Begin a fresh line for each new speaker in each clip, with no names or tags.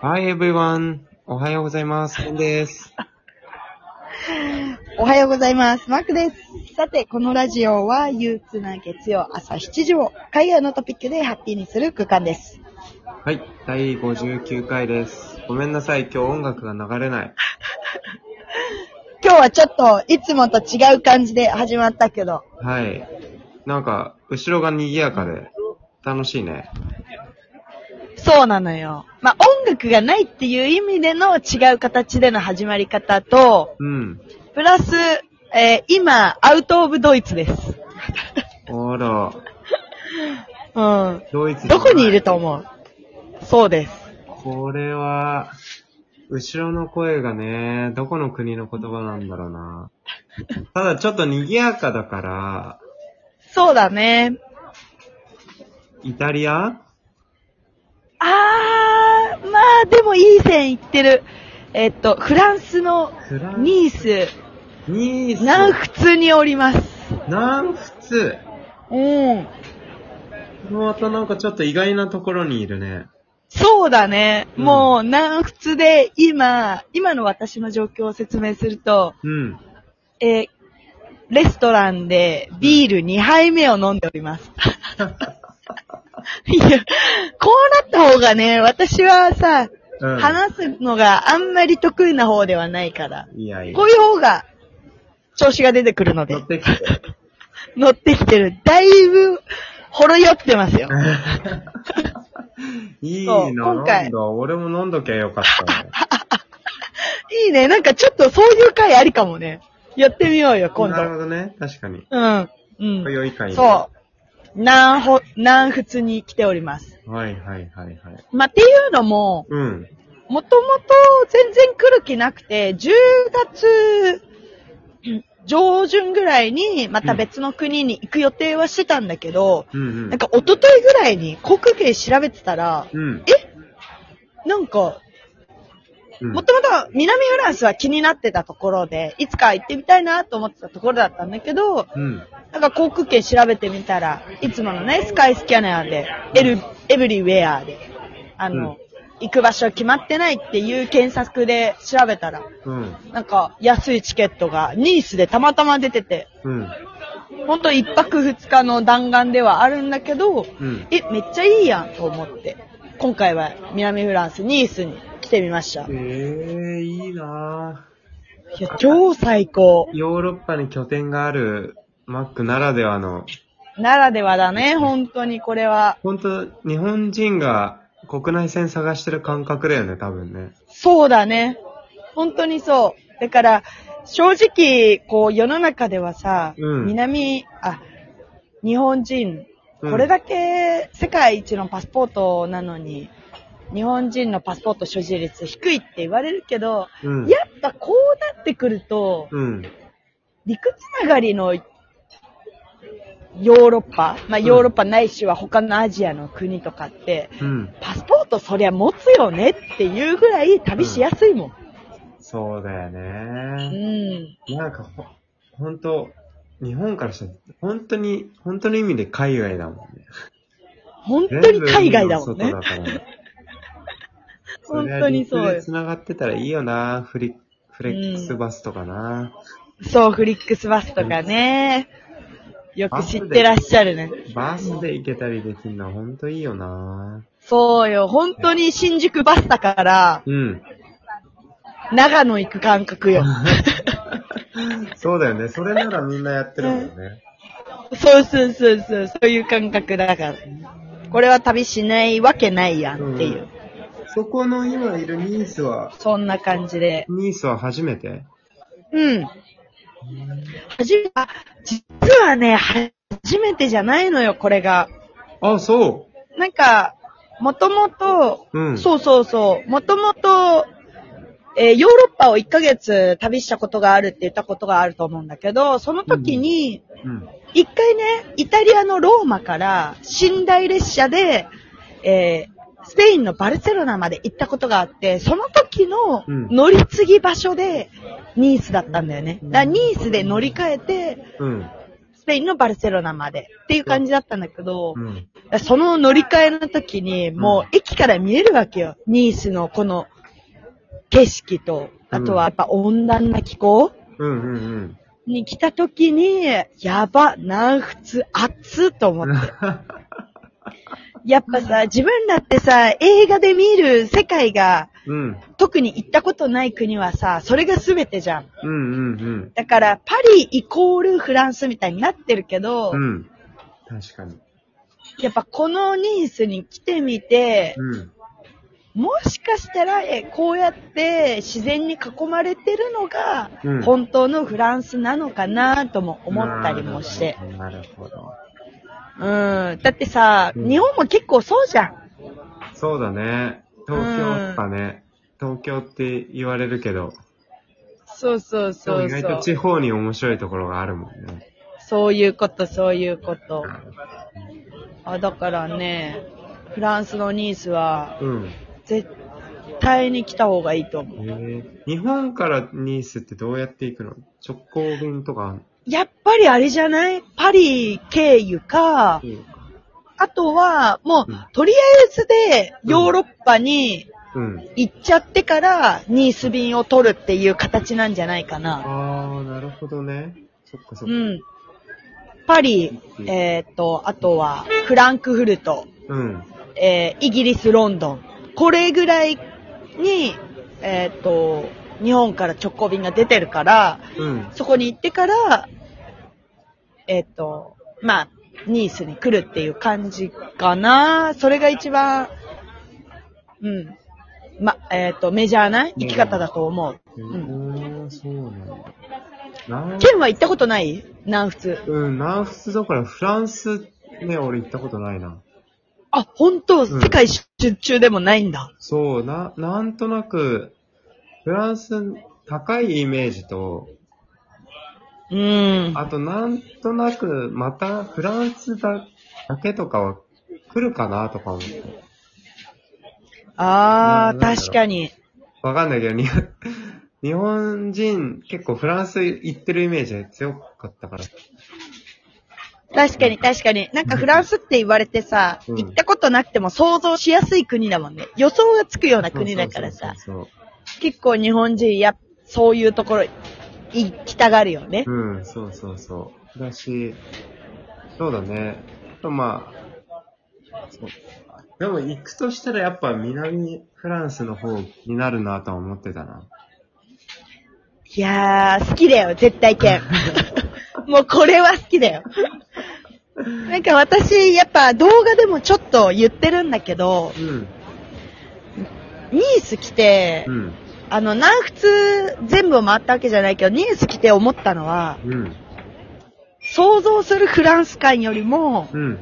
Hi everyone! おはようございます。ケンです。
おはようございます。マックです。さて、このラジオは憂鬱な月曜朝7時を海外のトピックでハッピーにする空間です。
はい、第59回です。ごめんなさい、今日音楽が流れない。
今日はちょっといつもと違う感じで始まったけど、
はい。なんか、後ろが賑やかで、楽しいね。
そうなのよ。まあ、音楽がないっていう意味での違う形での始まり方と、
うん。
プラス、えー今、アウトオブドイツです。
あら、
うん。
ドイツじゃな
どこにいると思うそうです。
これは、後ろの声がね、どこの国の言葉なんだろうな。ただちょっと賑やかだから、
そうだね。
イタリア
あー、まあでもいい線いってる。えっと、フランスの
フランス
ニース、
ニース
南仏におります。
南仏
うん。
またなんかちょっと意外なところにいるね。
そうだね。
うん
もう南仏で今、今の私の状況を説明すると、
うん。
えーレストランでビール2杯目を飲んでおり ます。いや、こうなった方がね、私はさ、
うん、
話すのがあんまり得意な方ではないから。
いやいや
こ。ういう方が、調子が出てくるので
乗、ってき て。
乗ってきてる。だいぶ、ほろ酔ってますよ。
いい
そう
な、
今
飲
回
んだ。俺も飲んどきゃよかったね。
いいね。なんかちょっとそういう回ありかもね。やってみようよ、今
なるほ
度。
どね。確かに。
うん。うん。
良い会
そう。南ほ、南仏に来ております。
う。はいはいはいはい。
まあ、っていうのも、
うん。
もともと全然来る気なくて、10月うん上旬ぐらいにまた別の国に行く予定はしてたんだけど、
うんうん。
なんか一昨日ぐらいに航空券調べてたら、
うん。
なんか、
うん
もともと南フランスは気になってたところで、いつか行ってみたいなと思ってたところだったんだけど、
うん。
なんか航空券調べてみたら、いつものね、スカイスキャナーで、エル、エブリウェアで、あの、
うん
行く場所決まってないっていう検索で調べたら、
うん。
なんか安いチケットがニースでたまたま出てて、
うん。
ほんと一泊二日の弾丸ではあるんだけど、
うん。
え、めっちゃいいやんと思って、今回は南フランス、ニースに来てみました。
え
い
えいいな
や、超最高。
ヨーロッパに拠点があるマックならではの、
ならではだね、本当にこれは。
本当日本人が国内線探してる感覚だよね、多分ね。
そうだね。本当にそう。だから、正直、こう、世の中ではさ、
うん
南、あ、日本人、
うん
これだけ世界一のパスポートなのに、日本人のパスポート所持率低いって言われるけど、
うん。
やっぱこうなってくると、
うん。
陸つながりのヨーロッパ、まあ、
うん
ヨーロッパないしは他のアジアの国とかって、
うん。
パスポートそりゃ持つよねっていうぐらい旅しやすいもん。
そうだよ
うん。
ね。なんかほ、ほんと、日本からしたら、本当に、本当の意味で海外だもんね。
本当に海外だもんね。
全部 海の外だから。
本当にそうよ。
繋がってたらいいよな、フリフレックスバスとかな。
そう、フリックスバスとかね。よく知ってらっしゃるね。
バスで行けたりできるのは本当いいよな。
そうよ。本当に新宿バスだから、
うん。
長野行く感 覚よ。
そうだよね。それならみんなやってるもんね。
そうそうそうそう、そういう感覚だから。これは旅しないわけないやんっていう。
うんそこの今いるニースは、
そんな感じで。
ニースは初めて
うん。はじめ、あ、実はね、は初めてじゃないのよ、これが。
あ、そ
なんか、もともと、
ううん。う。
そうそうそう、もともと、えーヨーロッパを1ヶ月旅したことがあるって言ったことがあると思うんだけど、その時に、
うん。
一回ね、イタリアのローマから寝台列車で、えースペインのバルセロナまで行ったことがあって、その時の
うん
乗り継ぎ場所でニースだったんだよね。だからニースで乗り換えて、
うん。
スペインのバルセロナまでっていう感じだったんだけど、
うん。
その乗り換えの時に、もう駅から見えるわけよ。ニースのこの景色と、あとはやっぱ温暖な気候
うんうんうん。
に来た時に、やば、南仏熱っと思って。やっぱさ、自分らってさ、映画で見る世界が、
うん。
特に行ったことない国はさ、それが全てじゃん。
うんうんうん。
だから、パリイコールフランスみたいになってるけど、
うん。確かに。
やっぱこのニースに来てみて、
うん。
もしかしたら、えこうやって自然に囲まれてるのが
うん、
本当のフランスなのかなとも思ったりもして。
なるほど。
うん。だってさ、
うん
日本も結構そうじゃん。
そうだね。東京とかね。東京って言われるけど、
そうそう
でも
そう
意
そ
外
う
と。地方に面白いところがあるもんね。
そういうこと、そういうこと。あ、だからね、フランスのニースは、
うん。
絶対に来た方がいいと思う。
えー日本からニースってどうやって行くの直行便とか
やっぱりあれじゃないパリ経由か
あ、るのか
あとは、もう
うん、
とりあえずで、ヨーロッパに
うん。
行っちゃってから、ニース便を取るっていう形なんじゃないかな。
あー、なるほどね。そっかそっか。
うん。パリ、えっ、と、あとは、フランクフルト、
うん。
えーイギリス、ロンドン。これぐらいに、えっ、と、日本から直行便が出てるから、
うん。
そこに行ってから、えっ、と、まあ、ニースに来るっていう感じかな。それが一番、うん。ま、えっ、と、メジャーな生き方だと思う。
え
うん。
ー、そうなんだ。なん
ケンは行ったことない南仏。
うん、南仏だからフランスね、俺行ったことないな。
あ、本当、
うん
世界一周中でもないんだ。
そう、な、なんとなく、フランス高いイメージと、
うん。
あとなんとなくまたフランスだだけとかは来るかなとか思って。
あ
うん
ー、確かに。
わかんないけど、に 日本人結構フランス行ってるイメージが強かったから。
確かに確かに。なんかフランスって言われてさ、
うん
行ったことなくても想像しやすい国だもんね。予想がつくような国だから
そう
さ。
そうそう
結構日本人や、そういうところ行きたがるよね
そ。う。うん、そうそうそう。だし、そうだね。とまあ、そうでも行くとしたらやっぱ南フランスの方になるなとは思ってたな。
いやー、好きだよ、絶 対剣。もうこれは好きだよ。なんか私、やっぱ動画でもちょっと言ってるんだけど、
うん。
ニース来て、
うん。
あの、南仏全部を回ったわけじゃないけど、ニース来て思ったのは、
うん。
想像するフランス感よりも、
うん。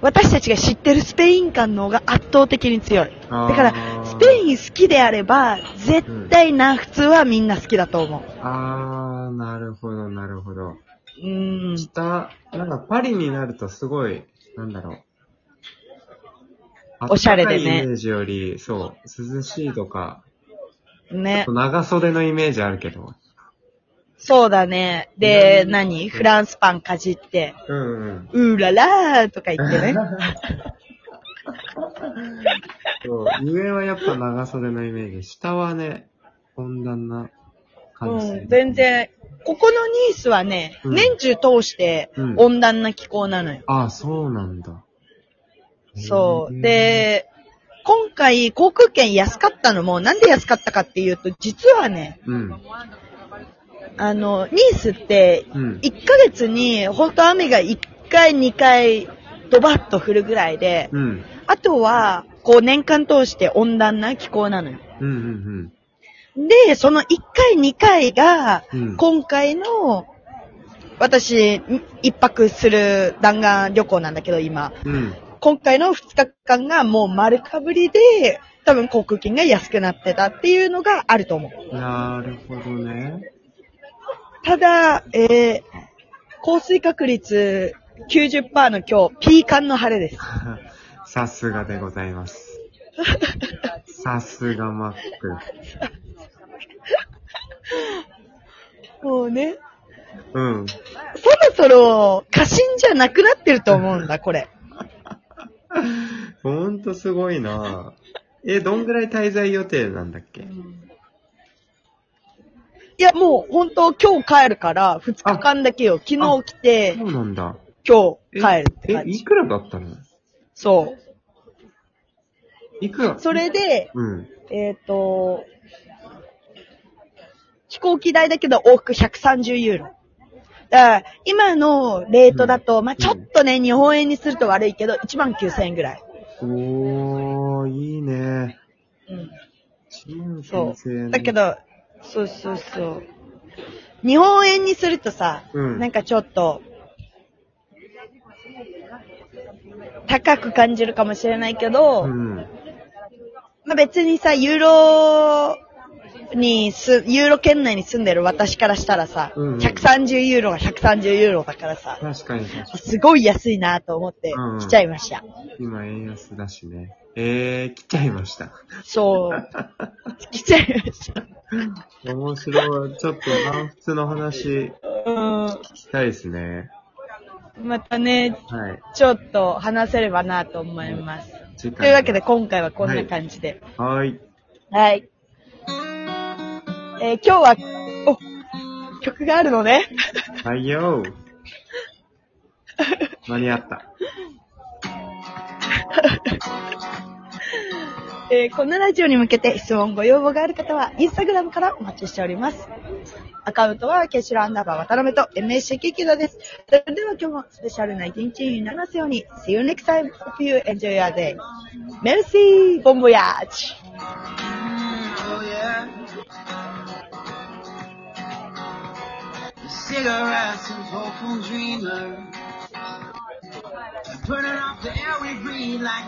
私たちが知ってるスペイン感の方が圧倒的に強い。だ
あー
から、スペイン好きであれば、絶対南仏はみんな好きだと思う。
あー、なるほど、なるほど。
うーん。
下、なんかパリになるとすごい、なんだろう。
おしゃれでね
暖かいイメージより、そう、涼しいとか、
ね。
長袖のイメージあるけど。
そうだね。で、
うん
何フランスパンかじって、
うんうん。
うーららーとか言ってね。
そう、上はやっぱ長袖のイメージ。下はね、温暖な感じ。
うん、全。然。ここのニースはね、
うん
年中通して
うん
温暖な気候なのよ。
ああ、そうなんだ。
そう。
へー、
で、今回航空券安かったのも、なんで安かったかっていうと、実はね、
うん。
あの、ニースって、
うん。
1ヶ月に、本当雨が1回、2回、ドバッと降るぐらいで、
うん。
あとは、こう年間通して温暖な気候なのよ。
うんうん
で、その1回、2回が
うん、
今回の、私、一泊する弾丸旅行なんだけど、今。
うん。うん。
今回の2日間がもう丸かぶりで、多分航空券が安くなってたっていうのがあると思う。
なるほどね。
ただ、えー、降水確率90%の今日、ピーカンの晴れです。
さすがでござい ます。さすがマック。
もうね、
うん。
そろそろ、過信じゃなくなってると思うんだ、これ。
ほんとすごいなえ、どんぐらい滞在予定なんだっけ
いや、もう、本当今日帰るから、2日間だけよ。昨日来て
そ、うなんだ。
今
え
日帰るって感
え、い
じ。
くらだったの
そ
いくら
う。それで、
うん。
えっ、と、飛行機代だけど往復130ユーロ。だから今のレートだと、まあちょっとね、日本円にすると悪いけど、1万9000円ぐらい。
おー、いいね。
うん。
1万
そ
9000円
う。だけ。ど、そうそうそう。日本円にするとさ、
うん
なんかちょっと、高く感じるかもしれないけど、
うん。
まあ、別にさ、ユーロにす、ユーロ圏内に住んでる私からしたらさ、
うんうん
130ユーロが130ユーロだからさ、
確かに確かに。
すごい安いなと思って
うんうん
来ちゃいました。
今円安だしね。えー、来ちゃいました。
そう。来ちゃいました。
面白い。ちょっと南仏の話
うん。
聞きたいですね。
またね、
はい。
ちょっと話せればなと思います。
次
というわけで。今回はこんな感じで。
はーい。
はい。えー今日は、お、曲があるのね。
はいよー。間に合った。
えーこのラジオに向けて質問、ご要望がある方は、インスタグラムからお待ちしております。アカウントは、ケシロアンダーバー渡辺と MSC キキドです。それでは今日もスペシャルな一日になりますように、See you next time. Hope you enjoy your day. Merci! Bon voyage!
Oh yeah. Cigarettes and hopeful dreamers. Burning up the air we breathe like